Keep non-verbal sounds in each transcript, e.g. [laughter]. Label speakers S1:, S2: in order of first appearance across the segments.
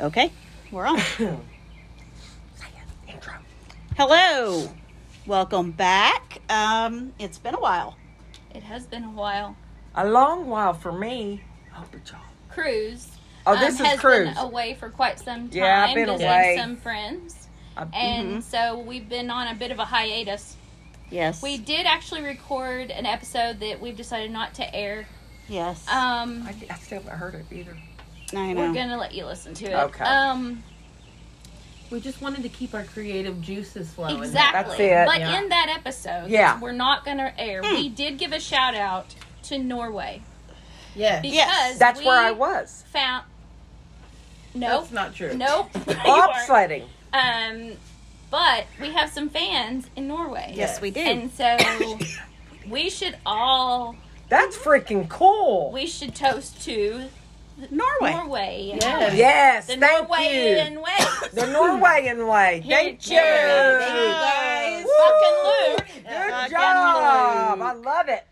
S1: Okay, we're on. Hello, welcome back. Um, it's been a while.
S2: It has been a while.
S3: A long while for me. Oh, but y'all.
S2: Cruise.
S3: Oh, this
S2: um,
S3: is
S2: has
S3: cruise.
S2: been away for quite some time.
S3: Yeah, I've been
S2: visiting
S3: away. Mm-hmm.
S2: Some friends,
S3: I-
S2: and so we've been on a bit of a hiatus.
S1: Yes,
S2: We did actually record an episode that we've decided not to air.
S1: yes.
S2: Um,
S3: I, I still haven't heard it either.
S1: I know.
S2: we're gonna let you listen to it.
S3: Okay.
S2: Um,
S4: We just wanted to keep our creative juices flowing.
S2: exactly.
S3: it,
S2: But
S4: Oh, yeah.
S2: in that episode,
S3: Yeah. Hmm.
S2: we're not gonna air. We did give a shout out to Norway
S4: Yes.
S2: because
S1: Yes,
S3: That's
S2: we
S3: where I was.
S2: found. Nope.
S4: That's not true.
S2: Nope. You are-
S3: Bobsledding.
S2: Um, but we have some fans in Norway.
S1: yes, we did.
S2: And so we should all
S3: That's freaking cool.
S2: we should toast to
S1: Norway.
S2: Norway.
S4: Yes.
S3: Yes,
S2: The
S3: thank
S2: Norwegian
S3: you.
S2: way.
S3: The Norwegian way.
S2: Here-
S3: Thank you.
S2: here it is. Thank you,
S1: guys.
S3: Woo.
S2: Fucking
S3: Good
S1: Fucking
S3: job.
S1: Luke.
S3: I love it.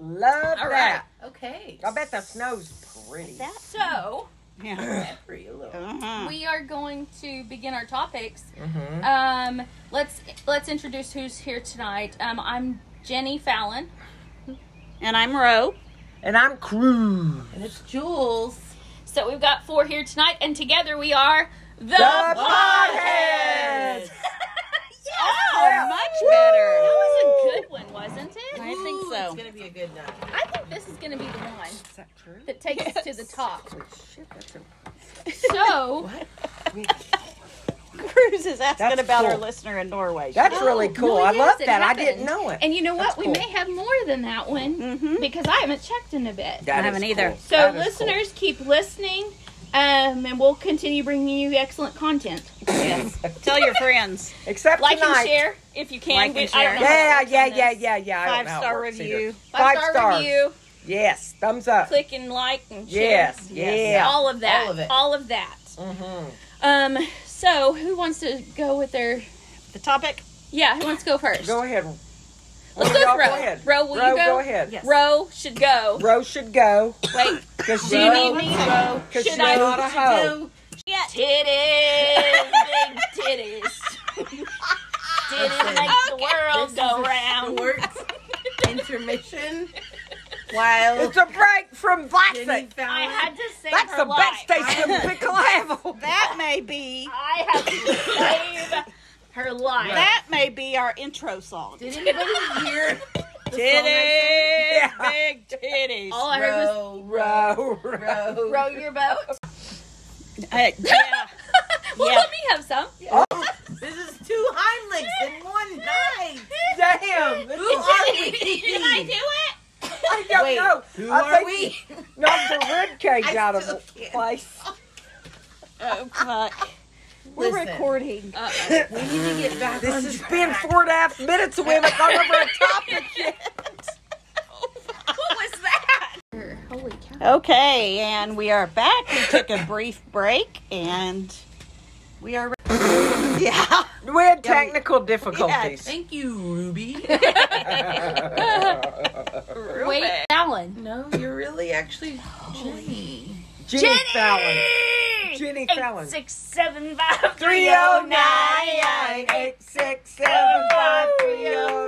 S3: Love
S2: All
S3: that.
S4: Okay.
S3: I bet the snow's pretty.
S1: That-
S2: So
S1: Yeah.
S4: For you, little.
S1: Uh-huh.
S2: we are going to begin our topics.
S3: Mm-hmm.
S2: Um, let's let's introduce who's here tonight. Um, I'm Jenny Fallon.
S1: And I'm Ro.
S3: And I'm Cruz.
S4: And it's Jules.
S2: So we've got four here tonight, and together we are the, [laughs]
S3: Podheads.
S1: Oh, much
S3: Woo.
S2: That
S1: better.
S2: was a good one, wasn't it?
S1: I think
S4: Ooh,
S1: so.
S4: It's gonna be a good night.
S2: I think this is going to be the one
S3: Is that true?
S2: that takes us to the
S3: [laughs]
S2: top.
S3: Oh, shit, that's a-
S2: So,
S1: [laughs] Cruz is asking
S3: That's
S1: about our
S3: cool.
S1: listener in Norway.
S3: That's
S2: Oh,
S3: really
S2: no,
S3: cool.
S2: it
S3: I
S2: is.
S3: love
S2: It
S3: that. I
S2: happened.
S3: didn't know it.
S2: and you know what?
S3: That's
S2: We
S3: cool.
S2: may have more than that one
S1: Mm-hmm.
S2: because I haven't checked in a bit.
S3: That
S1: I
S3: is
S1: haven't either.
S3: cool.
S2: So,
S3: That is [laughs]
S2: listeners, keep listening, um, and we'll continue bringing you excellent content.
S1: Yes. Tell your friends.
S3: cool. except
S2: Like
S3: tonight.
S2: and share if you can.
S1: Like and
S2: We- I
S1: share.
S2: don't know how
S3: Yeah,
S2: it works
S3: yeah,
S2: on
S3: yeah,
S2: this.
S3: yeah, yeah. I don't
S1: Five
S3: know how it
S1: star
S3: works
S1: review.
S3: either.
S2: Five,
S3: Five
S2: star,
S3: star.
S2: review.
S3: Yes, thumbs up.
S2: Click and like and share.
S3: Yes,
S1: Yes.
S3: yeah.
S2: All of that.
S4: All of it.
S2: All of that.
S3: Mm-hmm.
S2: Um. So, who wants to go with their?
S1: The topic?
S2: Yeah, who wants to go first?
S3: Go ahead.
S2: Let's
S3: Ro,
S2: go
S3: y'all
S2: with Ro.
S3: Go ahead.
S2: Ro, will you
S3: Ro,
S2: go?
S3: ahead.
S4: Yes.
S2: Row should go.
S3: Ro should go
S2: Wait,
S3: [laughs] because
S2: do you need me, Row?
S3: Because
S2: Should
S3: she's
S2: I?
S3: not a hoe.
S2: [laughs] Yeah. Titties, [laughs] big titties. Titties make the world go round.
S4: Works. Intermission. While
S3: It's a break from
S4: Jenny
S3: Vlasic.
S2: I
S4: Fallon.
S2: had to save
S3: That's the
S2: her life.
S3: best station
S2: [laughs]
S3: in Piccolo.
S1: That may be
S2: I had to save her life.
S1: that may be our intro song.
S4: Did anybody hear?
S1: Titties,
S3: [laughs] Yeah.
S1: big titties.
S2: All I heard was
S4: Row, row,
S3: Ro, Ro.
S4: row.
S2: row your boat.
S1: Uh, yeah.
S2: well,
S1: Yeah.
S2: let me have some. [laughs]
S3: Oh,
S4: This is two Heimlichs in one night.
S3: damn. This
S4: Who
S3: is-
S4: are
S2: Did I do
S4: we?
S2: it?
S3: I don't
S4: Wait,
S3: know.
S4: Who
S3: I
S4: are
S3: think
S4: we?
S3: you knocked the rib cage
S4: I
S3: out of
S4: still
S3: the
S4: can't.
S3: place.
S1: Oh fuck. We're
S4: Listen.
S1: recording.
S2: Uh-oh.
S4: We need to get back on
S3: This has
S4: track.
S3: been four and a half minutes and we haven't gone over a topic yet.
S2: What was that? Holy cow.
S1: Okay, and we are back. We took a brief break and we are Yeah.
S3: We had technical [laughs] difficulties.
S4: Thank you, Ruby.
S2: [laughs] Wait, Alan.
S4: [laughs] no, you're really actually Jenny.
S3: Jenny, Fallon. Jenny Fallon.
S2: Six, seven, five, three, oh, nine.
S3: 309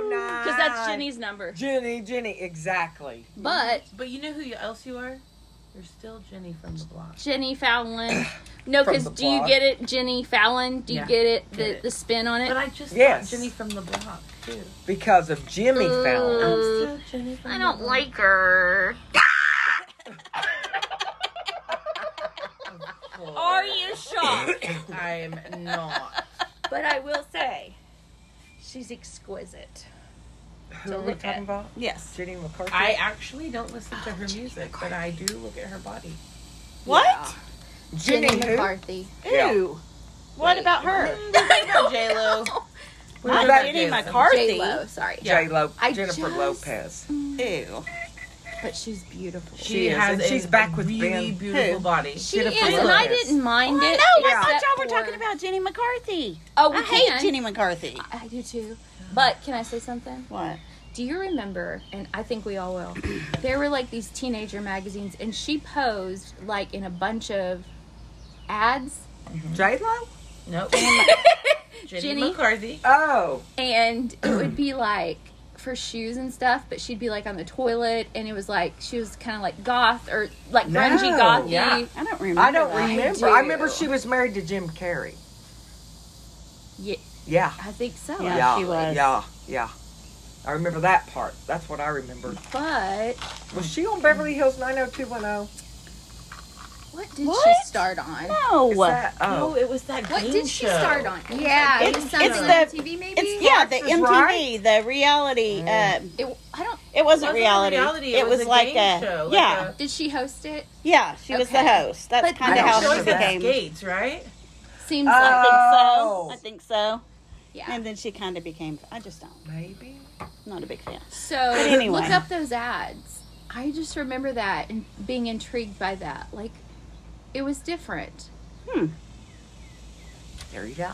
S2: Because that's Jenny's number.
S3: Jenny, Jenny, exactly.
S2: But
S4: But you know who you- else you are? You're still Jenny from the block.
S2: Jenny
S3: [coughs]
S2: Fallon. No,
S3: From
S2: because
S3: the
S2: do you
S3: blog.
S2: get it, Jenny Fallon? Do you
S4: Yeah,
S2: get it?
S4: get
S2: The,
S4: it.
S2: the spin on
S4: But
S2: it.
S4: I just
S3: Yes.
S4: yes. Jenny from the block too.
S3: Because of Jimmy
S2: Ooh.
S3: Fallon.
S4: I'm still Jenny from
S2: I
S4: the
S2: don't
S4: block.
S2: like her. Are you shocked?
S4: I'm [laughs] not.
S2: [laughs] but I will say, she's exquisite.
S3: Who are we
S2: look at.
S3: talking about?
S1: Yes.
S3: Jenny McCarthy.
S4: I actually don't listen to her music, but I do look at her body.
S1: What?
S3: Jenny, who?
S2: McCarthy.
S3: Yeah.
S1: Ew. What about her?
S4: J
S1: [laughs]
S4: Lo.
S1: Not
S3: about
S1: Jenny
S4: Jennifer?
S1: McCarthy.
S2: J Lo. Sorry,
S4: Yeah.
S3: J Lo.
S2: I
S3: Jennifer
S2: just-
S3: Lopez.
S1: Ew.
S2: but she's beautiful.
S4: She,
S3: She is,
S4: has
S3: and
S4: a
S3: she's back with
S4: really
S3: Ben.
S4: beautiful
S1: Who?
S4: body.
S2: She
S3: Jennifer
S2: is, and I
S3: Lopez.
S2: didn't mind
S1: No,
S2: it.
S1: Oh, I
S2: except
S1: thought y'all were
S2: for-
S1: talking about Jenny McCarthy.
S2: Oh, we
S1: I
S2: can.
S1: hate Jenny McCarthy.
S2: I do too. But can I say something?
S1: What?
S2: Do you remember? And I think we all will. There were like these teenager magazines, and she posed like in a bunch of ads.
S3: J Lo?
S4: Nope.
S1: [laughs]
S4: Jenny,
S2: Jenny.
S4: McCarthy.
S3: Oh.
S2: and it would be like for shoes and stuff, but she'd be like on the toilet, and it was like she was kind of like goth or like grungy
S3: No.
S2: gothy.
S4: Yeah.
S1: I don't remember.
S3: I don't
S1: that.
S3: remember. I
S2: do.
S3: remember she was married to Jim Carrey.
S2: Yeah,
S3: Yeah.
S2: I think so.
S1: Yeah,
S3: yeah,
S1: she was.
S3: Yeah, yeah. I remember that part. That's what I remember.
S2: But
S3: Was she on Beverly Hills 90210?
S2: what did she
S1: What?
S2: start on?
S1: No.
S3: Is that?
S4: Oh,
S3: Oh.
S4: it was that
S2: What
S4: game
S2: did she
S4: show.
S2: start on? Yeah, it,
S1: It's-
S2: was something
S1: it's
S2: on
S1: the-
S2: TV maybe.
S1: It's yeah, the
S3: Fox is
S1: MTV,
S3: right.
S1: the reality. Um,
S2: It- I don't.
S1: it wasn't
S4: wasn't
S1: reality.
S4: reality,
S1: It,
S4: it
S1: was,
S4: was a
S1: like
S4: game
S1: a
S4: show, like
S1: yeah,
S4: a-
S2: Did she host it?
S1: yeah. She was the
S2: Okay.
S1: host. That's
S2: But
S1: kind
S3: I
S1: of
S3: don't
S1: how
S4: She
S3: know
S1: she
S4: always had
S1: became.
S4: skates, right? Uh,
S2: Seems
S1: I
S2: like
S1: think
S2: it.
S1: so.
S3: Oh.
S1: I think so.
S2: Yeah.
S1: And then she kind of became. I just don't.
S3: Maybe.
S1: Not a big fan.
S2: So
S1: But anyway.
S2: look up those ads. I just remember that and being intrigued by that. Like, it was different.
S3: There you go.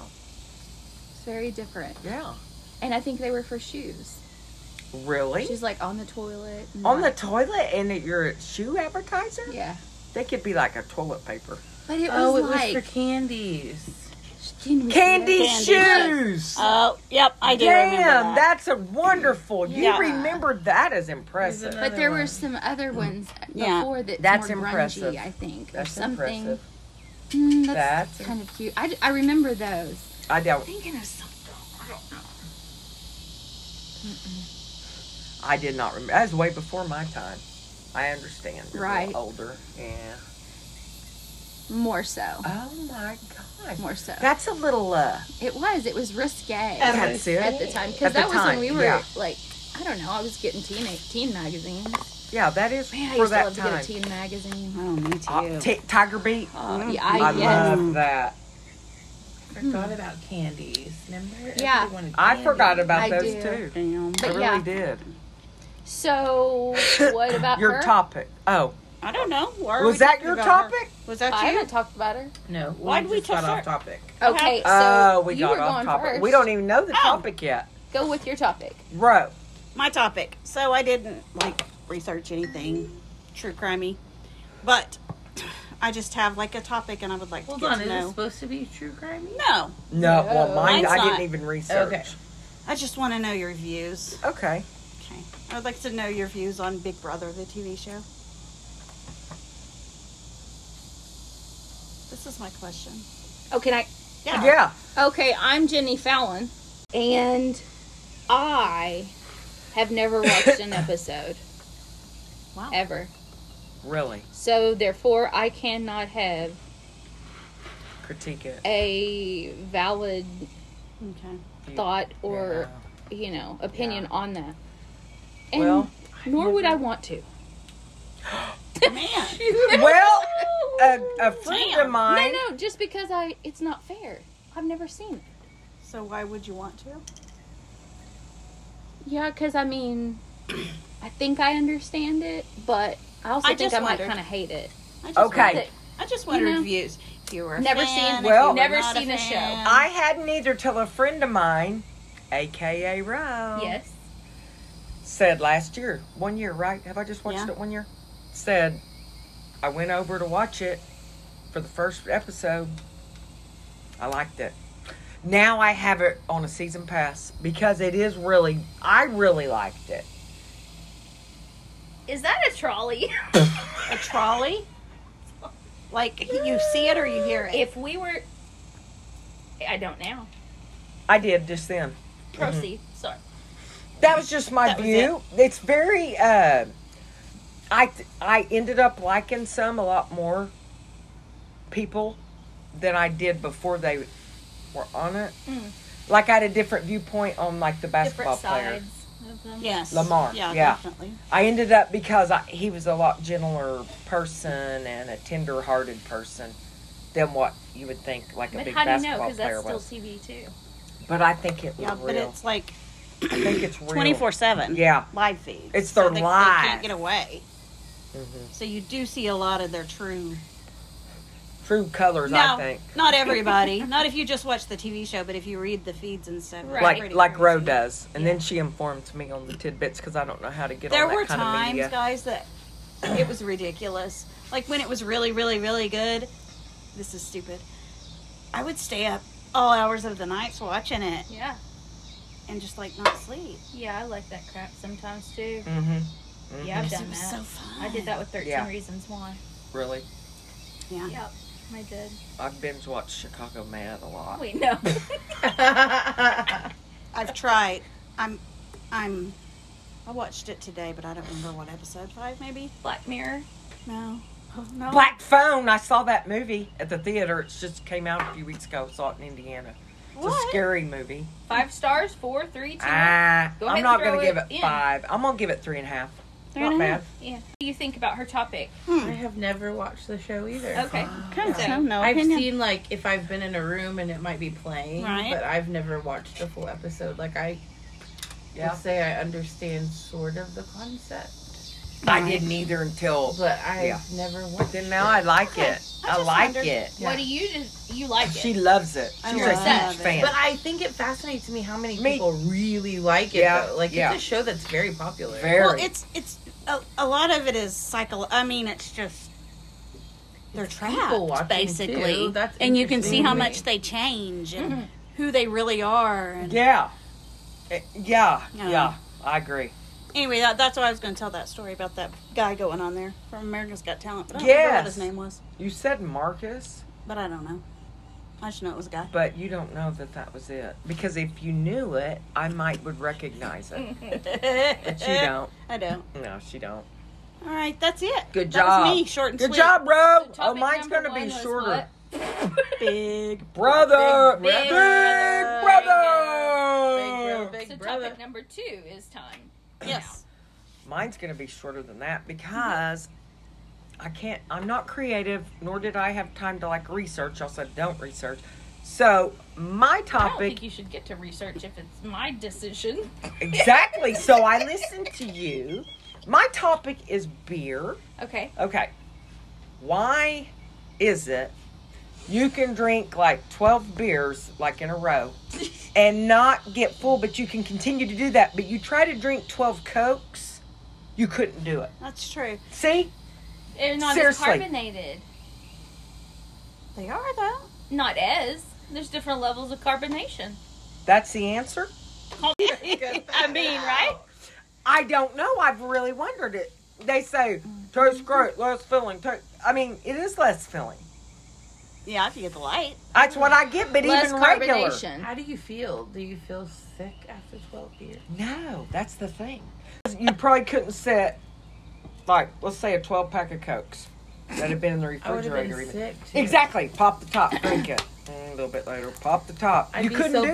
S2: It's very different.
S3: Yeah.
S2: And I think they were for shoes.
S3: Really?
S2: She's like on the toilet. and
S3: on the
S2: like-
S3: toilet and at your shoe advertiser?
S2: yeah.
S3: They could be like a toilet paper.
S2: But it was
S4: Oh, it
S2: like
S4: was for candies.
S2: can we-
S3: Candy,
S1: Candy.
S3: shoes.
S1: Oh, yep. I do
S3: Damn,
S1: remember that.
S3: that's a wonderful.
S2: Yeah.
S3: You remembered that as impressive.
S4: Isn't it?
S2: But there
S4: Another
S2: were
S4: one.
S2: some other ones
S1: Yeah.
S2: before that.
S3: That's
S2: more
S3: impressive.
S2: Grungy, I think,
S3: That's
S2: or something.
S3: impressive.
S2: Mm, that's,
S3: That's-
S2: kind of cute. I, I remember those.
S3: I don't.
S2: Thinking of something. I don't know.
S3: I did not remember. That was way before my time. I understand. You're a little
S2: Right.
S3: Older. Yeah.
S2: More so.
S3: Oh my gosh.
S2: More so.
S3: That's a little uh.
S2: It was. It was risque
S4: At
S3: That's it.
S2: at the time
S3: At
S2: because
S3: the
S2: that was
S3: time,
S2: when we were
S3: yeah.
S2: like, I don't know. I was getting teen teen magazines.
S3: Yeah, that is
S2: Man, I
S3: for
S2: used to
S3: that
S2: love to
S3: time.
S2: get a teen magazine.
S1: Oh, me too.
S3: Uh, Ti- Tiger Beat.
S1: uh,
S2: Oh, yeah,
S3: I,
S2: I, yes.
S3: love that.
S4: Forgot about candies. Remember?
S2: Yeah.
S4: Everyone wanted
S3: I
S4: candy.
S3: forgot about
S2: I
S3: those
S2: do.
S3: too.
S1: Damn.
S3: I
S2: But
S3: really
S2: yeah.
S3: did.
S2: [laughs] So what about
S3: your
S2: her?
S3: topic? Oh,
S1: I don't know. Why are we
S3: was that
S1: talking
S3: your
S1: about her?
S3: topic?
S1: Was that
S2: I
S1: you?
S2: haven't talked about her.
S4: No.
S1: Why'd we
S4: just got
S1: touch
S4: off topic?
S2: Okay, so
S3: Oh, we
S2: you
S3: got
S2: were
S3: off
S2: going
S3: topic.
S2: first.
S3: We don't even know the
S1: Oh.
S3: topic yet.
S2: go with your topic.
S3: Row.
S1: my topic. So I didn't like research anything true crimey, but I just have like a topic and I would like
S4: Hold
S1: to get
S4: on.
S1: to
S4: Is it
S1: know.
S4: supposed to be true crime?
S1: No,
S3: No, well,
S2: No.
S3: mine.
S1: Mine's
S3: I
S1: not.
S3: didn't even research.
S4: Okay.
S1: I just want to know your views.
S3: Okay.
S1: Okay, I would like to know your views on Big Brother, the TV show. This is my question.
S2: Oh, can I?
S1: Yeah.
S3: Yeah.
S2: Okay, I'm Jenny Fallon, and I have never watched an [coughs] episode.
S4: Wow.
S2: Ever.
S3: Really.
S2: So therefore, I cannot have
S3: Critique it.
S2: a valid
S1: Okay.
S2: [laughs] thought or you know opinion
S3: Yeah.
S2: on that. And
S3: Well,
S2: nor would I want [laughs] to.
S1: Man,
S3: Yeah. Well, a, a friend
S1: Damn.
S3: of mine.
S2: [laughs] No, no, just because I it's not fair. I've never seen it.
S1: so why would you want to?
S2: Yeah, because I [clears throat] mean, I think I understand it, but I also
S1: I
S2: think
S1: just
S2: I might
S1: wondered.
S2: kind of hate it.
S1: I just
S3: Okay.
S1: want- I just wanted
S2: You know?
S1: views. If you were a
S2: Never
S1: fan,
S2: seen-
S1: if
S3: Well-
S1: you were
S2: never
S1: not
S2: seen a show.
S1: fan.
S3: I had neither till a friend of mine, aka Row,
S2: Yes.
S3: said last year, one year, right? Have I just watched
S1: Yeah.
S3: it one year? Said, I went over to watch it for the first episode. I liked it. Now I have it on a season pass because it is really, I really liked it.
S2: Is that a trolley? [laughs]
S1: a trolley? Like you see it or you hear it?
S2: if we were, I don't now.
S3: I did just then.
S2: Proceed. Sorry.
S3: That was just my
S1: That was
S3: view. It's very. Uh, I th- I ended up liking some a lot more people than I did before they were on it.
S2: Mm.
S3: Like I had a different viewpoint on like the basketball
S2: Different
S3: player.
S2: sides of them.
S1: yes,
S3: Lamar,
S1: Yeah,
S3: yeah.
S1: definitely.
S3: I ended up because I, he was a lot gentler person and a tender-hearted person than what you would think like a
S2: But
S3: big
S2: how do you know?
S3: basketball
S2: Because that's
S3: player
S2: still
S3: was.
S2: TV too.
S3: But I think it was
S1: Yeah,
S3: real.
S1: but it's like
S3: I think
S2: [clears throat]
S3: it's real.
S1: twenty four seven.
S3: Yeah.
S1: live feed.
S3: It's their
S1: they, they
S3: live.
S1: can't get away.
S3: Mhm.
S1: So you do see a lot of their true.
S3: True colors, I
S1: No,
S3: think.
S1: not everybody. [laughs] not if you just watch the TV show, but if you read the feeds and stuff. it's
S2: Right.
S1: pretty
S3: like like
S1: crazy.
S3: Ro does, and
S1: Yeah.
S3: then she informs me on the tidbits because I don't know how to get
S1: There
S3: on that
S1: were
S3: kind of
S1: times,
S3: media.
S1: guys, that it was ridiculous. Like when it was really, really, really good, this is stupid. I would stay up all hours of the nights watching it
S2: Yeah.
S1: and just like not sleep.
S2: Yeah, I like that crap sometimes too.
S3: Mm-hmm.
S2: Yeah, I've
S1: Because
S2: done
S1: it was
S2: that.
S1: so fun.
S2: I did that with 13
S3: Yeah.
S2: Reasons Why.
S3: Really,
S1: Yeah.
S2: Yep, I did.
S3: I've binge watched Chicago Med a lot. [laughs]
S2: Oh, Wait, no. [laughs]
S1: I've tried. I'm. I'm. I watched it today, but I don't remember what episode five maybe.
S2: Black Mirror.
S1: No. Oh, no.
S3: Black Phone. I saw that movie at the theater. It just came out a few weeks ago. I saw it in Indiana. It's a
S1: What?
S3: scary movie.
S2: Five stars, four, three, two.
S3: Ah,
S2: Go ahead
S3: I'm
S2: and
S3: not
S2: throw
S3: going to give it
S2: it in.
S3: five. I'm going to give it three and a half.
S1: Three
S3: not
S1: and a
S3: bad.
S1: half.
S2: yeah. What do you think about her topic?
S4: I have never watched the show either.
S2: Okay.
S1: Kind of
S2: So,
S1: some, no
S4: I've
S1: opinion.
S4: seen like if I've been in a room and it might be playing,
S1: Right.
S4: but I've never watched a full episode. Like I
S3: Yeah.
S4: would say I understand sort of the concept,
S3: I didn't either until.
S4: but I've
S3: Oh. Yeah.
S4: never
S3: But
S4: watched.
S3: then now I like
S1: Okay.
S3: it.
S1: I
S3: I,
S1: just
S3: like
S1: wondered.
S3: it.
S4: Yeah.
S2: What do you just you like
S3: She
S2: it?
S3: loves it.
S1: I
S3: She's a
S1: love
S3: huge
S1: it.
S3: fan.
S4: But I think it fascinates me how many
S3: Me-
S4: people really like it.
S3: Yeah,
S4: though. Like
S3: yeah.
S4: it's a show that's very popular.
S3: Very.
S1: Well, it's it's a, a lot of it is psycho. I mean, it's just they're
S4: people
S1: trapped
S4: watching,
S1: basically,
S4: too. That's
S1: and you can see how
S4: interesting.
S1: much they change and who they really are. And
S3: yeah. Eh, Yeah.
S1: Yeah.
S3: Yeah. I agree.
S1: anyway, that, that's why I was going to tell that story about that guy going on there from America's Got Talent. But I don't remember what his
S3: Yes.
S1: name was,
S3: You said Marcus,
S1: but I don't know. I just know it was a guy.
S3: but you don't know that that was it because if you knew it, I might would recognize it. But
S1: [laughs]
S3: you don't.
S1: I don't.
S3: No, she don't.
S1: All right, that's it.
S3: Good
S1: that
S3: job.
S1: Was me, short and
S3: Good
S1: sweet.
S3: job, bro.
S2: So
S3: oh,
S2: topic
S3: mine's
S2: number
S3: gonna be
S2: one was
S3: shorter. [laughs]
S2: what?
S1: [laughs] Big.
S3: Brother,
S4: Big
S3: big
S2: brother.
S3: brother.
S4: Big
S2: so
S4: brother.
S2: topic number two is time.
S1: Yes.
S3: Mine's gonna be shorter than that
S2: Mm-hmm.
S3: because I can't. I'm not creative, nor did I have time to like research. I said don't research. So my
S2: I don't
S3: topic
S2: think you [laughs] should get to research if it's my decision.
S3: [laughs] exactly. so I listened to you. My topic is beer.
S2: Okay.
S3: Okay. Why is it you can drink like 12 beers like in a
S2: [laughs]
S3: row and not get full but you can continue to do that but you try to drink 12 cokes you couldn't do it.
S1: That's true.
S3: See?
S2: They're not
S3: Seriously.
S2: as carbonated.
S1: They are though.
S2: Not as. There's different levels of
S3: [laughs]
S2: carbonation.
S3: That's the answer?
S2: [laughs] I mean, right?
S3: I don't know. I've really wondered it. They say tastes great, less filling. ta- I mean, it is less filling.
S1: Yeah, if you get the light.
S3: That's what I get, but
S2: Less
S3: even regular.
S2: carbonation.
S4: How do you feel? Do you feel sick after 12 beers?
S3: No, that's the thing. You probably couldn't sit, like, let's say a 12 pack of Cokes that had been in the
S4: I would have
S3: refrigerator.
S4: been
S3: even.
S4: sick. Too.
S3: Exactly. Pop the top, drink it. Mm, a little bit later, pop the top.
S4: I'd
S3: you
S4: be
S3: couldn't
S4: so
S3: do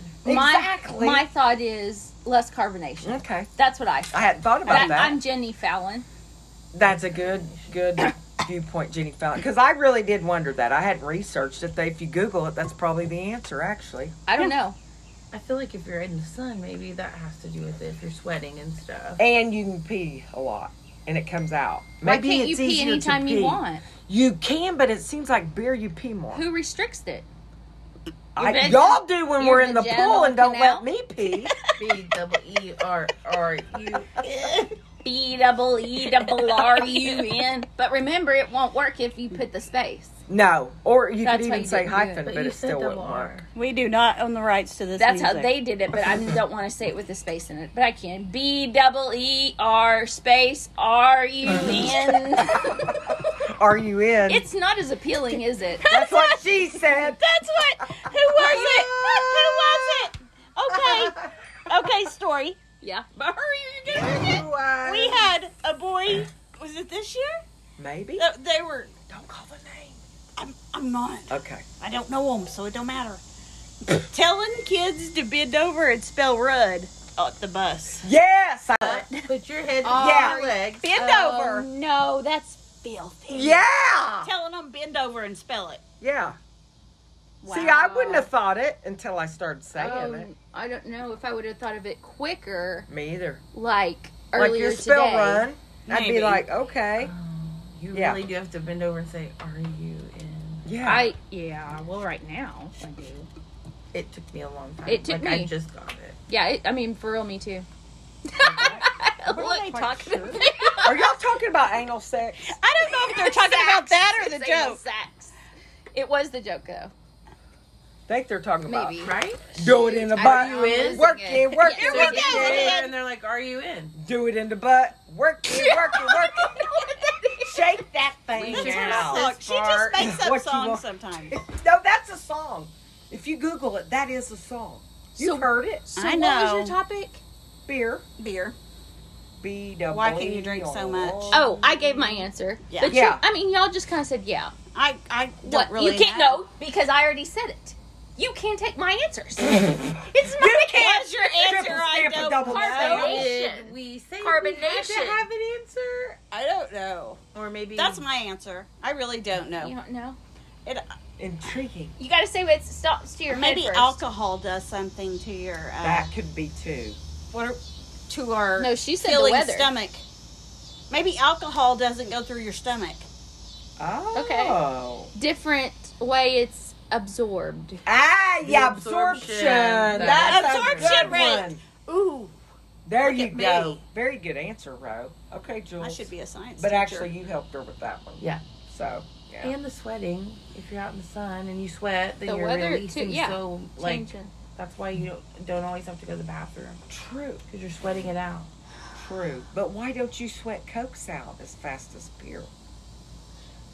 S3: that. Exactly.
S2: My, my thought is less carbonation.
S3: okay.
S2: That's what I
S3: I
S2: thought.
S3: hadn't thought about that.
S2: I'm Jenny Fallon.
S3: That's a good, good viewpoint, Jenny Fallon. Because I really did wonder that. I hadn't researched it. They, if you Google it, that's probably the answer, actually.
S2: I don't know.
S4: I feel like if you're in the sun, maybe that has to do with it. If you're sweating and stuff.
S3: And you can pee a lot, and it comes out.
S2: Why
S3: Maybe
S2: can't
S3: it's
S2: you pee
S3: easier to
S2: anytime you
S3: pee.
S2: want?
S3: You can, but it seems like beer you pee more.
S2: Who restricts it?
S3: I,
S2: veg-
S3: y'all do when
S2: your
S3: we're in the
S2: vaginal
S3: pool and don't
S2: canal?
S3: let me
S2: [laughs]
S3: pee.
S4: B double E R R U.
S2: B double E double R U [laughs] N. But remember, it won't work if you put the space.
S3: no, or you
S2: That's
S3: could
S2: why
S3: even
S2: you
S3: say
S2: didn't do it.
S3: hyphen,
S4: But
S3: but,
S4: you
S3: it
S4: said
S3: still wouldn't
S4: double
S3: work.
S4: R.
S1: We do not own the rights to this.
S2: That's how
S1: music.
S2: they did it, [laughs] but I don't want to say it with the space in it. But I can. B double E R space R U [laughs] N.
S3: Are you in?
S2: It's not as appealing, is [laughs] it?
S3: That's what she
S2: [laughs]
S3: said.
S1: That's what. Who was it? [laughs] Who was it?
S3: [laughs]
S1: Okay. Okay, story.
S2: Yeah.
S1: But hurry, you're gonna forget. We had a boy. Was it this year?
S3: Maybe.
S1: Th- They were.
S3: Don't call the name.
S1: I'm. I'm not.
S3: Okay.
S1: I don't know them, so it don't matter. Telling kids to bend over and spell "rud" at the bus.
S3: Yes.
S2: Uh,
S3: I-
S4: Put your head on
S3: Yeah.
S4: your legs.
S1: Bend
S2: Oh,
S1: over.
S2: no, that's filthy.
S3: yeah.
S1: Um, Telling them bend over and spell it.
S3: Yeah. See, I wouldn't have thought it until I started saying
S2: Um,
S3: it.
S2: I don't know if I would have thought of it quicker,
S3: Me either.
S2: like
S3: like
S2: earlier
S3: your spell
S2: today.
S3: run. I'd
S1: Maybe.
S3: be like, okay.
S4: You
S3: Yeah.
S4: really do have to bend over and say R U N.
S3: Yeah.
S2: I yeah. Well, right now I do.
S4: It took me a long time.
S2: It took
S4: like, I
S2: me.
S4: just got it.
S2: Yeah, it, I mean for real, me too.
S3: are they
S2: Look,
S3: talking
S2: talking about?
S3: Are y'all talking about anal sex?
S1: I don't know if they're talking about that or the
S2: Single
S1: joke.
S2: sex. It was the joke though.
S3: think they're talking about
S5: Maybe.
S4: Right?
S3: do it in the
S5: I
S3: butt,
S5: don't know.
S3: work it,
S2: [laughs]
S3: work
S2: Yeah,
S3: it,
S4: So
S3: work
S4: you go
S3: it,
S4: there and they're like, "Are you in?"
S3: do it in the butt, work it, work it, work
S2: [laughs]
S3: it. Shake that thing
S4: We should
S3: out.
S4: have
S1: Look, she just makes up
S3: What you
S1: songs
S3: want.
S1: sometimes.
S3: No, that's a song. If you Google it, that is a song. You've
S2: So-
S3: heard it.
S2: So
S1: I
S2: what was
S1: know.
S2: your topic?
S3: Beer.
S1: Beer.
S3: B double
S1: Why can't you drink so much?
S2: Oh, I gave my answer.
S1: Yeah.
S2: But
S3: Yeah.
S2: You, I mean, y'all just kind of said yeah.
S1: I I don't
S2: What?
S1: really.
S2: you can't
S1: know.
S2: know because I already said it. You can't take my
S3: [laughs]
S2: answers. it's my
S1: What's your answer?
S3: Triple
S1: I
S3: stamp a
S1: don't
S3: double
S1: know.
S2: Carbonate.
S4: Did we say we had to
S2: Carbonation.
S4: have an answer,
S1: I don't know.
S4: or maybe
S1: That's my answer. I really don't
S2: You
S1: know.
S2: don't know.
S1: It,
S3: Intriguing.
S2: You got to say what stops to your
S1: maybe
S2: head first.
S1: alcohol does something to your uh,
S3: That could be too.
S1: what are- to our
S2: No, she said the
S1: filling
S2: weather.
S1: stomach. Maybe alcohol doesn't go through your stomach.
S3: Oh.
S2: Different way it's absorbed.
S3: Ah, yeah,
S4: The
S3: absorption.
S4: absorption.
S3: That's a
S1: Absorption
S3: good
S1: rate.
S3: one.
S1: Ooh,
S3: There
S1: Look
S3: you
S1: at
S3: go.
S1: me.
S3: Very good answer, Ro. Okay, Jules.
S1: I should be a science
S3: But
S1: teacher.
S3: actually, you helped her with that one.
S4: Yeah.
S3: So, yeah.
S4: and the sweating. If you're out in the sun and you sweat, then
S2: The
S4: you're
S2: weather,
S4: releasing.
S2: too, yeah.
S4: So like
S2: Changing.
S4: that's why you don't, don't always have to go to the bathroom
S3: True,
S4: because you're sweating it out.
S3: true. But why don't you sweat Cokes out as fast as beer?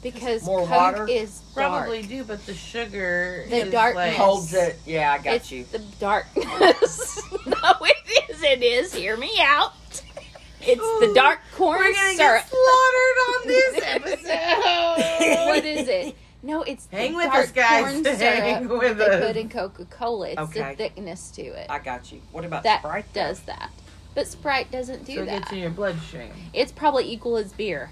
S2: because
S3: More
S2: Coke
S3: water?
S2: is dark.
S4: Probably do, but the sugar.
S2: The
S4: is
S2: dark-
S4: Like,
S2: Hold-
S3: Holds it. Yeah, I got
S2: it's
S3: you.
S2: the darkness. [laughs] no, it is. It is. Hear me out. It's the
S4: Ooh,
S2: dark corn
S4: we're gonna
S2: syrup.
S4: get slaughtered
S2: [laughs]
S4: on this episode.
S2: what is it? No, it's
S4: Hang
S2: the
S4: with
S2: dark
S4: us, guys.
S2: corn
S4: [laughs] Hang
S2: syrup
S4: with
S2: they
S4: us.
S2: put in Coca Cola. It's
S3: Okay.
S2: the thickness to it.
S3: I got you. What about
S2: that
S3: Sprite? though?
S2: does that, but Sprite doesn't do
S4: So it
S2: that.
S4: gets in your bloodstream.
S2: It's probably equal as beer.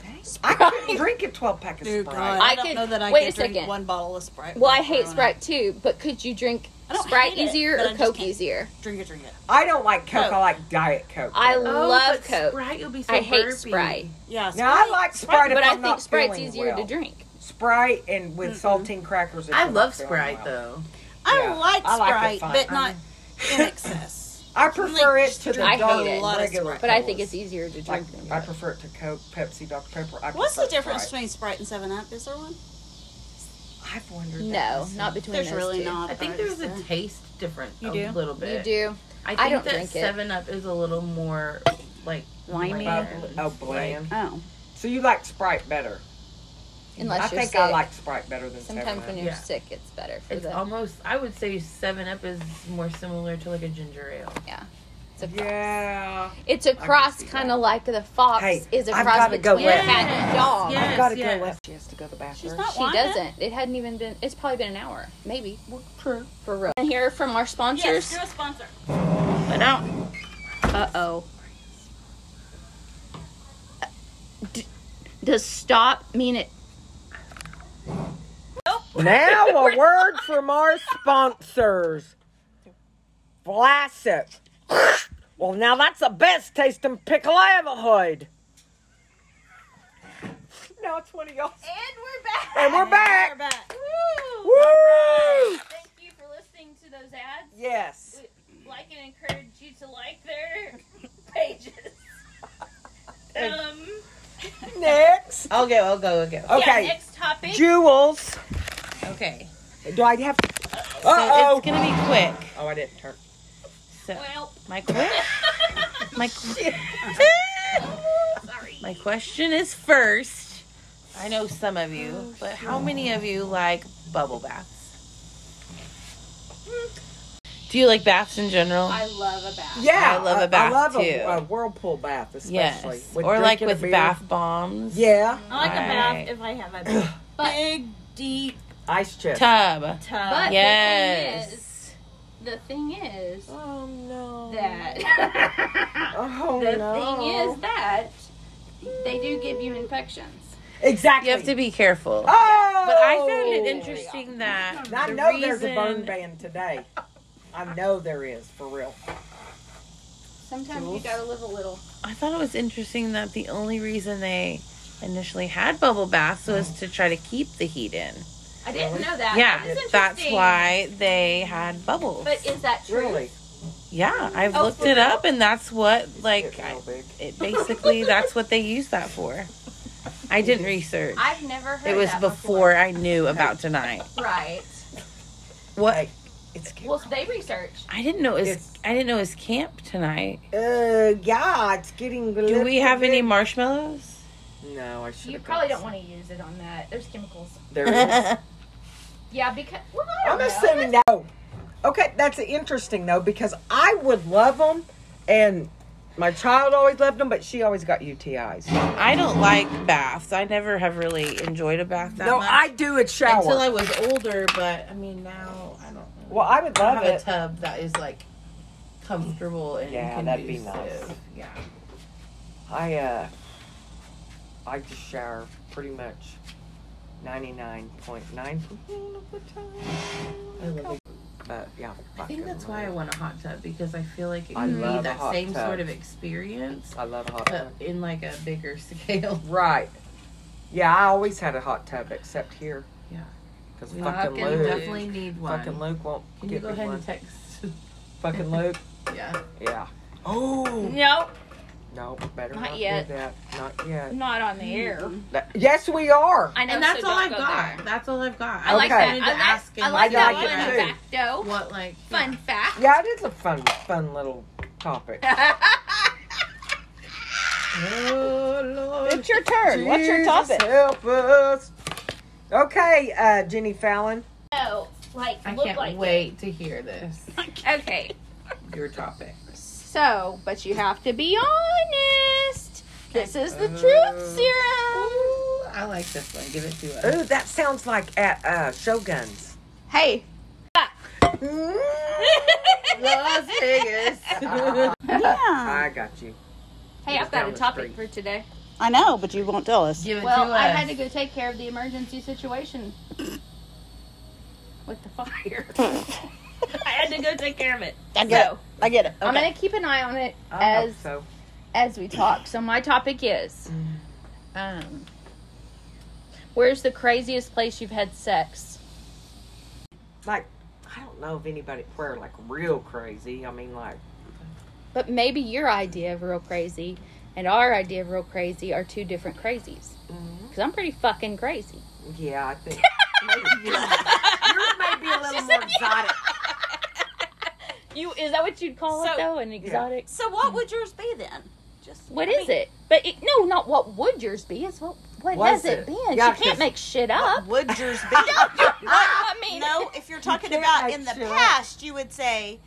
S3: Thanks. I couldn't drink a 12 pack of
S1: Dude,
S3: Sprite.
S1: God,
S2: I
S1: I, don't
S2: could-
S1: know that I
S2: wait a
S1: could drink
S2: second.
S1: one bottle of Sprite.
S2: Well, I
S1: without
S2: hate
S1: throwing up.
S2: Sprite too, but could you drink
S1: I don't
S2: Sprite
S1: hate it,
S2: easier
S1: but I
S2: or
S1: just
S2: Coke
S1: can't.
S2: easier?
S1: Drink it, drink it.
S3: I don't like Coke.
S1: No.
S3: I like Diet Coke.
S2: Oh. I
S3: though.
S4: Oh,
S2: love
S4: but
S2: Coke.
S4: Sprite, you'll be so
S2: I hate
S4: burpy.
S2: Sprite,
S1: Yeah.
S3: now I like Sprite,
S2: but
S3: if
S2: I
S3: I'm
S2: think
S3: not
S2: Sprite's
S3: feeling
S2: easier to
S3: well.
S2: drink.
S3: Sprite and with saltine crackers. if
S4: I
S3: you're not
S4: love
S3: feeling
S4: Sprite
S3: well.
S4: though.
S1: I
S3: Yeah,
S1: like
S3: I like it
S1: Sprite,
S3: fine.
S1: but not in excess.
S3: I prefer it to the
S2: I hate
S3: dark
S2: it.
S3: regular.
S2: But I think it's
S3: colas.
S2: easier to drink. than
S3: Like, I
S2: Coke.
S3: prefer it to Coke, Pepsi, Dr Pepper. I
S1: What's the
S3: prefer
S1: difference
S3: Sprite.
S1: between Sprite and Seven Up? Is there one?
S3: I've wondered. that
S2: No,
S3: myself. Oh,
S2: not between
S1: There's
S2: those
S1: really
S2: two.
S1: not.
S4: I think
S1: though,
S4: there's
S1: is
S4: a
S1: there?
S4: taste difference.
S1: You
S4: a
S1: do?
S4: little bit.
S2: You do.
S4: I think
S2: don't
S4: that
S2: drink it.
S4: Seven Up is a little more like
S1: Limey?
S4: bland.
S3: Oh, bland.
S1: Oh,
S3: So you like Sprite better?
S2: Unless
S3: I
S2: you're
S3: think
S2: sick.
S3: I like Sprite better than
S2: Sometimes when
S3: Seven
S2: you're
S4: Yeah.
S2: sick, it's better for
S4: It's
S2: the.
S4: almost. I would say Seven Up is more similar to like a ginger ale.
S2: it's a
S3: Up.
S2: cross.
S3: Yeah.
S2: It's a
S3: can
S2: cross,
S3: see that.
S2: kind of like the fox
S3: Hey,
S2: is a
S3: I've
S2: cross
S3: gotta go
S2: between
S3: wet.
S2: a cat and a dog.
S4: Yes,
S3: I've got to
S4: yes.
S3: go. Left. She has to go to the bathroom.
S1: she's not
S2: She
S1: wanting it.
S2: doesn't. It hadn't even been. It's probably been an hour, maybe
S3: Well, true.
S2: for real. And here from our sponsors.
S1: Yes, do a sponsor.
S2: But don't. Uh oh. D- does stop mean it?
S3: Now
S2: [laughs]
S3: a word from our sponsors. Vlasic. Well, now that's the best tasting pickle I ever heard. Now it's one of y'all.
S2: And we're back.
S3: And we're back.
S1: We're back.
S3: Woo!
S2: Thank you for listening to those ads.
S3: Yes.
S2: Like and encourage you to like [laughs] their pages.
S3: [laughs]
S2: Um.
S3: Next.
S4: I'll go. I'll go. I'll go.
S2: Yeah,
S3: Okay.
S2: next topic.
S3: Jewels.
S4: Okay.
S3: Do I have to?
S4: So
S3: Uh
S4: it's
S3: oh.
S4: gonna be quick.
S3: Oh, I didn't turn.
S4: So
S2: well,
S3: [laughs]
S4: my quick. my qu-
S2: sorry.
S4: my question is first. I know some of you, but how many of you like bubble baths? Do you like baths in general?
S2: I love a bath.
S3: Yeah.
S4: I love a
S3: a
S4: bath,
S3: I love
S4: too.
S3: A, a whirlpool bath, especially.
S4: yes. Or like
S3: drinking a
S4: with
S3: beer.
S4: bath Uh-huh. bombs.
S3: Yeah.
S1: I like a
S4: Right.
S1: bath if I have a
S2: But-
S1: big, deep
S3: Ice chest.
S4: Tub.
S1: tub.
S2: But
S4: Yes.
S2: the thing is, the thing is
S3: Oh no.
S2: [laughs] that
S3: Oh
S2: the
S3: no.
S2: thing is that they do give you infections.
S3: Exactly.
S4: You have to be careful.
S3: Oh.
S4: But I found it interesting that
S3: I
S4: the
S3: know there's a
S4: reason
S3: burn ban today. I know there is for real.
S2: Sometimes
S3: Jules?
S2: you gotta live a little.
S4: I thought it was interesting that the only reason they initially had bubble baths was to try to keep the heat in.
S2: Oh. I didn't know that.
S4: yeah,
S2: That is
S4: that's
S2: interesting.
S4: why they had bubbles.
S2: But is that true?
S3: Really.
S4: yeah, I've
S2: Oh,
S4: looked
S2: for
S4: it
S2: real?
S4: up, and that's what like
S3: It's real big.
S4: it basically that's what they use that for. I
S2: [laughs]
S4: didn't research.
S2: I've never heard
S4: It was
S2: that
S4: before I knew about tonight.
S2: Right.
S4: What?
S3: Hey, it's camp.
S2: Well, they researched.
S4: I didn't know it was,
S3: It's-
S4: I didn't know it was camp tonight.
S3: Oh God, it's getting.
S4: Do we have any
S3: [laughs]
S4: marshmallows?
S3: No, I should.
S2: You probably don't want to use it on that. There's chemicals.
S3: There is.
S4: I
S2: Yeah, because well, I don't
S3: I'm
S2: know.
S3: assuming no. Okay, that's interesting though because I would love them, and my child always loved them, but she always got UTIs.
S4: don't like baths. I never have really enjoyed a bath that
S3: no,
S4: much.
S3: I do a shower.
S4: Until I was older, but I mean now I don't. know.
S3: well, I would
S4: I
S3: love
S4: have
S3: it.
S4: a tub that is like comfortable and
S3: Yeah, that'd be
S4: conducive.
S3: nice.
S4: Yeah.
S3: I uh, I just shower pretty much ninety nine point nine percent of the time.
S4: I love it.
S3: But yeah,
S4: I think
S3: fucking
S4: that's why I
S3: love
S4: want a hot tub because I feel like it
S3: I
S4: can be
S3: love a
S4: that
S3: hot
S4: same
S3: tub.
S4: sort of experience,
S3: it. I love a hot
S4: but
S3: tub.
S4: in like a bigger [laughs] scale.
S3: Right. Yeah, I always had a hot tub except here.
S4: Yeah.
S3: Because
S4: We
S3: fucking
S4: fucking
S3: Luke,
S4: definitely need one.
S3: fucking Luke won't
S4: can you
S3: get
S4: go
S3: me
S4: ahead
S3: one.
S4: and text? [laughs]
S3: fucking Luke.
S4: Yeah.
S3: Yeah. Oh
S2: Nope,
S3: no, better
S2: Not
S3: not,
S2: yet.
S3: do that. Not yet.
S2: not on the air.
S3: That- Yes, we are.
S2: I know.
S4: and that's
S2: so
S4: all
S2: don't
S4: I've
S2: go
S4: got.
S2: there.
S4: That's all I've got.
S2: I like
S3: Okay.
S2: that.
S4: wanted
S2: I
S4: to
S2: like,
S4: ask him
S2: I like
S4: what
S2: that
S3: I
S4: he
S2: one.
S3: like it
S4: had.
S3: too.
S2: Fun fact, though.
S4: What like
S2: Fun fact.
S3: Yeah, it is a fun, fun little topic.
S4: Oh Lord.
S1: It's your turn. What's your
S3: Jesus
S1: topic?
S3: Help us. Okay, uh, Jenny Fallon.
S2: no, like
S4: I
S2: look
S4: can't
S2: like
S4: wait to
S2: [laughs]
S4: hear this.
S2: It. Okay,
S4: Your topic.
S2: so but you have to be honest. This is the truth serum.
S4: Ooh, I like this one. Give it to us.
S3: Ooh, that sounds like at uh, Shoguns. [laughs]
S2: Hey. [laughs]
S4: Las
S2: [laughs]
S4: Vegas.
S1: Yeah.
S3: I got you.
S2: Hey, I've got a topic for today.
S1: I know, but you won't tell us.
S4: Give it
S2: Well,
S4: to us.
S2: I had to go take care of the emergency situation with
S1: [laughs]
S2: the fire. I had to go take care of it.
S1: I
S2: So
S1: get it. I get it.
S2: I'm
S1: Okay.
S2: gonna keep an eye on it
S3: I hope
S2: as
S3: so.
S2: as we talk. So my topic is
S4: Um,
S2: where's the craziest place you've had sex?
S3: Like, I don't know if anybody where like real crazy. I mean, like,
S2: But maybe your idea of real crazy and our idea of real crazy are two different crazies. Because I'm pretty fucking crazy.
S3: yeah, I think maybe yours yours may be a little more exotic.
S2: You is that what you'd call
S1: So-
S2: it though? An exotic?
S1: So what would yours be then? Just
S2: What
S1: I
S2: is
S1: mean,
S2: it? But it, no, not what would yours be. It's what what
S3: Was
S2: has it,
S3: it?
S2: been?
S3: Yeah,
S2: she can't
S3: 'cause-
S2: make shit up. [laughs]
S1: Would yours be?
S3: [laughs]
S2: I mean,
S1: no, if you're talking
S3: can't
S1: about
S3: make
S1: in the
S3: shit up.
S1: past, you would say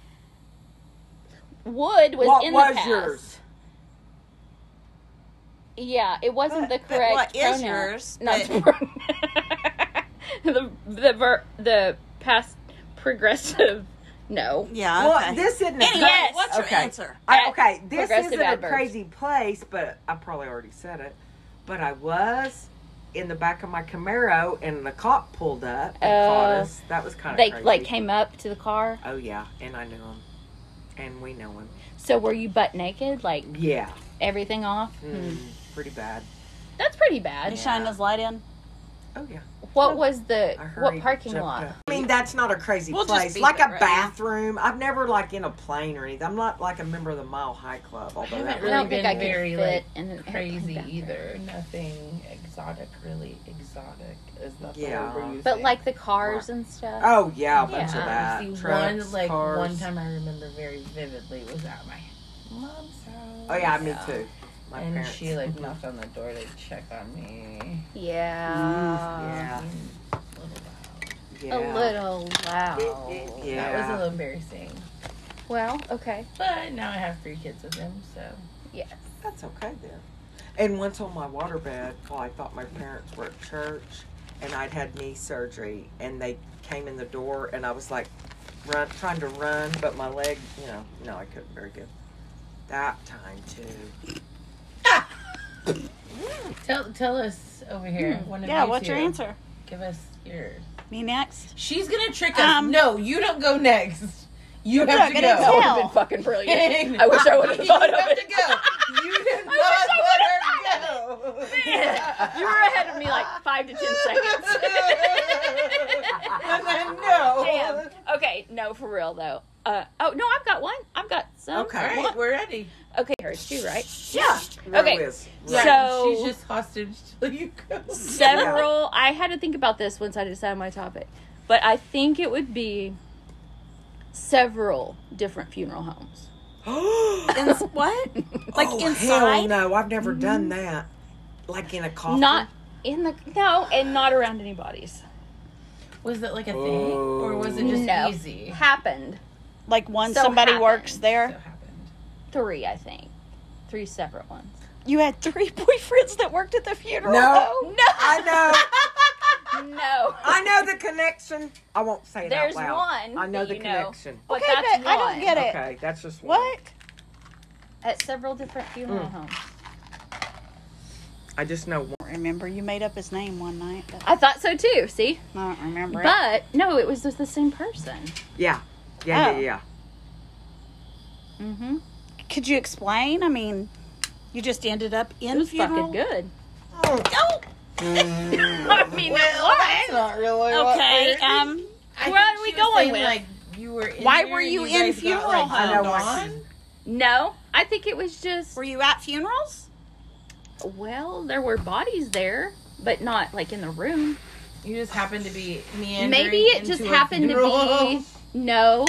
S2: wood was
S3: what
S2: in the
S3: was
S2: past.
S3: yours?
S2: Yeah, it
S1: But-
S2: wasn't
S1: but
S2: the correct
S1: what is
S2: pronoun.
S1: yours?
S2: Not
S1: But-
S2: the pronoun. [laughs] the the ver- the past progressive. No.
S1: yeah.
S3: Well,
S1: okay.
S3: this isn't.
S1: Anyway,
S2: [laughs] Yes.
S1: what's your
S3: Okay.
S1: answer?
S3: I, okay, this
S2: Progressive
S3: isn't a
S2: adverbs.
S3: crazy place, but I probably already said it. But I was in the back of my Camaro, and the cop pulled up and caught
S2: Oh.
S3: us. That was kind of
S2: They
S3: crazy.
S2: like came up to the car.
S3: Oh yeah, and I knew him, and we know him.
S2: So were you butt naked, like
S3: Yeah,
S2: everything off?
S3: mm, pretty bad.
S2: That's pretty bad.
S1: And shine his light in.
S3: Oh yeah.
S2: What was the
S3: I
S2: what
S3: hurried,
S2: parking
S3: jumped
S2: lot?
S3: up. I mean, that's not a crazy
S2: We'll just
S3: place.
S2: beep
S3: Like
S2: it,
S3: a
S2: right?
S3: bathroom. I've never like in a plane or anything. I'm not like a member of the Mile High Club. Although
S4: haven't
S3: that
S2: I don't
S4: Really
S2: think
S4: been
S2: I could
S4: very,
S2: fit
S4: like,
S2: in an airplane [laughs]
S4: crazy
S2: bathroom.
S4: either. Nothing exotic, really exotic. Is that
S3: Yeah.
S4: the word we're using?
S2: But like the cars and stuff.
S3: Oh yeah, a bunch
S2: Yeah.
S3: of that.
S4: See,
S3: Trucks,
S4: one like
S3: cars.
S4: one time I remember very vividly was at my mom's house.
S3: Oh yeah, me too. My
S4: and
S3: parents.
S4: she like knocked on the door to check on me.
S2: Yeah.
S3: yeah, yeah.
S2: A little loud.
S3: Yeah.
S4: That was a little embarrassing.
S2: Well, okay.
S4: But now I have three kids with him, so
S2: Yes.
S3: That's okay then. And once on my waterbed, well, I thought my parents were at church, and I'd had knee surgery, and they came in the door, and I was like, run, trying to run, but my leg, you know, no, I couldn't very good. That time too.
S4: tell tell us over here. One of
S1: Hmm. Yeah.
S4: you
S1: What's your
S4: two.
S1: answer?
S4: Give us yours.
S1: Me next.
S4: She's gonna trick us.
S1: Um,
S4: no, you don't go next. You
S1: You're
S4: have
S1: not
S4: to go.
S1: gonna
S4: [laughs]
S1: tell.
S2: That would have been fucking [laughs] brilliant. I wish I would have thought
S4: you
S2: of
S4: have
S2: it.
S4: to go.
S1: [laughs]
S4: You did not let [laughs] her go.
S2: You were ahead of me like five to ten seconds.
S4: no.
S2: Damn. Okay, no, for real though. Uh, oh no, I've got one. I've got some.
S3: Okay.
S4: All right, we're ready.
S2: Okay, hers too, right?
S1: Yeah.
S2: Okay,
S3: is.
S2: so-
S4: she's just hostage till you [laughs] go.
S2: several i had to think about this once i decided my topic but i think it would be several different funeral homes
S3: [gasps]
S1: In, what? Like
S3: Oh, Hell
S1: inside?
S3: no, I've never done that. Like in a coffin.
S2: Mm-hmm. not in the no and not around any bodies
S4: Was it like a thing, or was it just
S2: No.
S4: easy?
S2: happened
S1: Like one
S2: So
S1: somebody
S2: happened.
S1: works
S4: So
S1: there.
S4: happened.
S2: three i think three separate ones
S1: You had three [laughs] boyfriends that worked at the funeral.
S3: No.
S1: though?
S2: [laughs] no
S3: I know.
S2: no
S3: I know the connection. I won't say it
S2: There's
S3: out loud.
S2: one
S3: I know
S2: that
S3: the
S2: you know.
S3: connection.
S2: but
S1: Okay,
S2: that's
S1: but I don't
S2: one
S1: get it.
S3: Okay, that's just one.
S1: What?
S2: at several different funeral homes
S3: I just know one.
S1: I don't remember you made up his name one night, but
S2: i thought so too see
S1: I don't remember. it.
S2: but no it was just the same person
S3: Yeah. Yeah,
S1: Oh.
S3: yeah, yeah.
S2: mm-hmm
S1: could you explain? I mean, you just ended up
S2: it
S1: in
S2: was
S1: funeral.
S2: fucking good
S1: Oh,
S2: i mean it was
S4: not really.
S1: okay. Um,
S4: I
S2: Where
S4: think
S2: are we
S4: she was
S2: going
S4: saying,
S2: with?
S4: Like you were. In
S1: Why
S4: there
S1: were
S4: and
S1: you in
S4: guys got,
S1: funeral
S4: like,
S1: home?
S3: I know
S4: turned
S3: what-
S4: on?
S2: no i think it was just
S1: were you at funerals?
S2: Well, there were bodies there, but not like in the room.
S4: You just happened to be meandering.
S2: Maybe it
S4: into
S2: just
S4: a
S2: happened to
S4: funeral
S2: be
S4: home.
S2: no,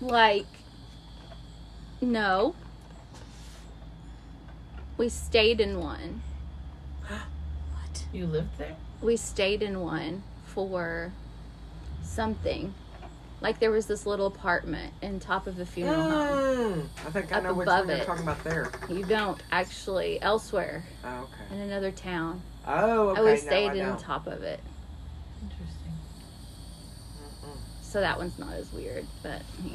S2: like no. We stayed in one.
S4: You lived there.
S2: We stayed in one for something. Like there was this little apartment in top of
S3: [gasps]
S2: the funeral home.
S3: Mm, I think I
S2: Up
S3: know which
S2: above
S3: one you're
S2: it.
S3: talking about there.
S2: You don't actually elsewhere
S3: Oh, okay.
S2: in another town.
S3: Oh, okay.
S2: I always
S3: no,
S2: stayed
S3: I
S2: in
S3: know.
S2: top of it.
S4: Interesting.
S2: So that one's not as weird, but yeah.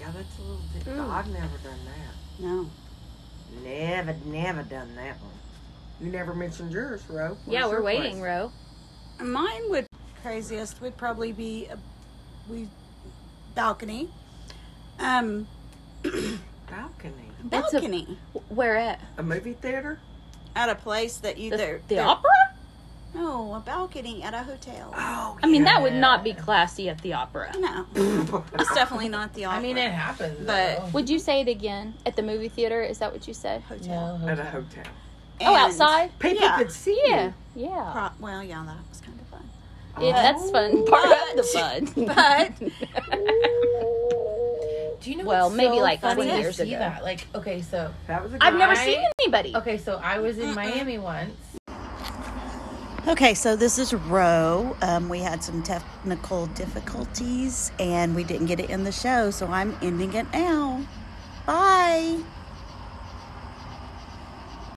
S3: Yeah, that's a little bit.
S2: Mm.
S3: I've never done that.
S1: No.
S3: Never, never done that one. You never mentioned yours, Ro.
S2: Yeah,
S3: Where's
S2: we're
S3: your
S2: waiting,
S3: place?
S2: Ro.
S1: Mine would craziest would probably be a, we balcony. Um, [clears throat]
S3: Balcony.
S2: That's a-
S1: balcony
S2: Where at?
S3: A movie theater?
S1: at a place that you
S2: The,
S1: there.
S2: the
S1: there-
S2: opera?
S1: No, a balcony at a hotel.
S3: Oh,
S2: I mean, that would
S4: Yeah.
S2: not be classy at the opera.
S1: No,
S3: [laughs] that
S1: it's definitely not the opera.
S4: I mean, it happens.
S1: But-
S4: though.
S2: Would you say it again at the movie theater? Is that what you said?
S1: hotel.
S4: no.
S3: At a
S4: hotel.
S3: hotel.
S2: oh,
S1: And-
S2: outside?
S3: People
S1: Yeah.
S3: could see
S2: Yeah,
S3: you.
S2: yeah.
S1: Pro- well, yeah, that was kind of fun.
S2: Yeah, that's
S3: Oh.
S2: fun. Part of the fun.
S4: Do you know?
S2: Well,
S4: what's
S2: maybe
S4: so
S2: like
S4: funny
S2: 20
S4: to
S2: years
S4: see
S2: ago.
S4: That? Like, okay, so
S3: That was a good
S2: [laughs] I've never
S4: I-
S2: seen anybody.
S4: okay, so I was in Miami once.
S5: Okay, so this is Ro. Um, we had some technical difficulties and we didn't get it in the show, so I'm ending it now. Bye.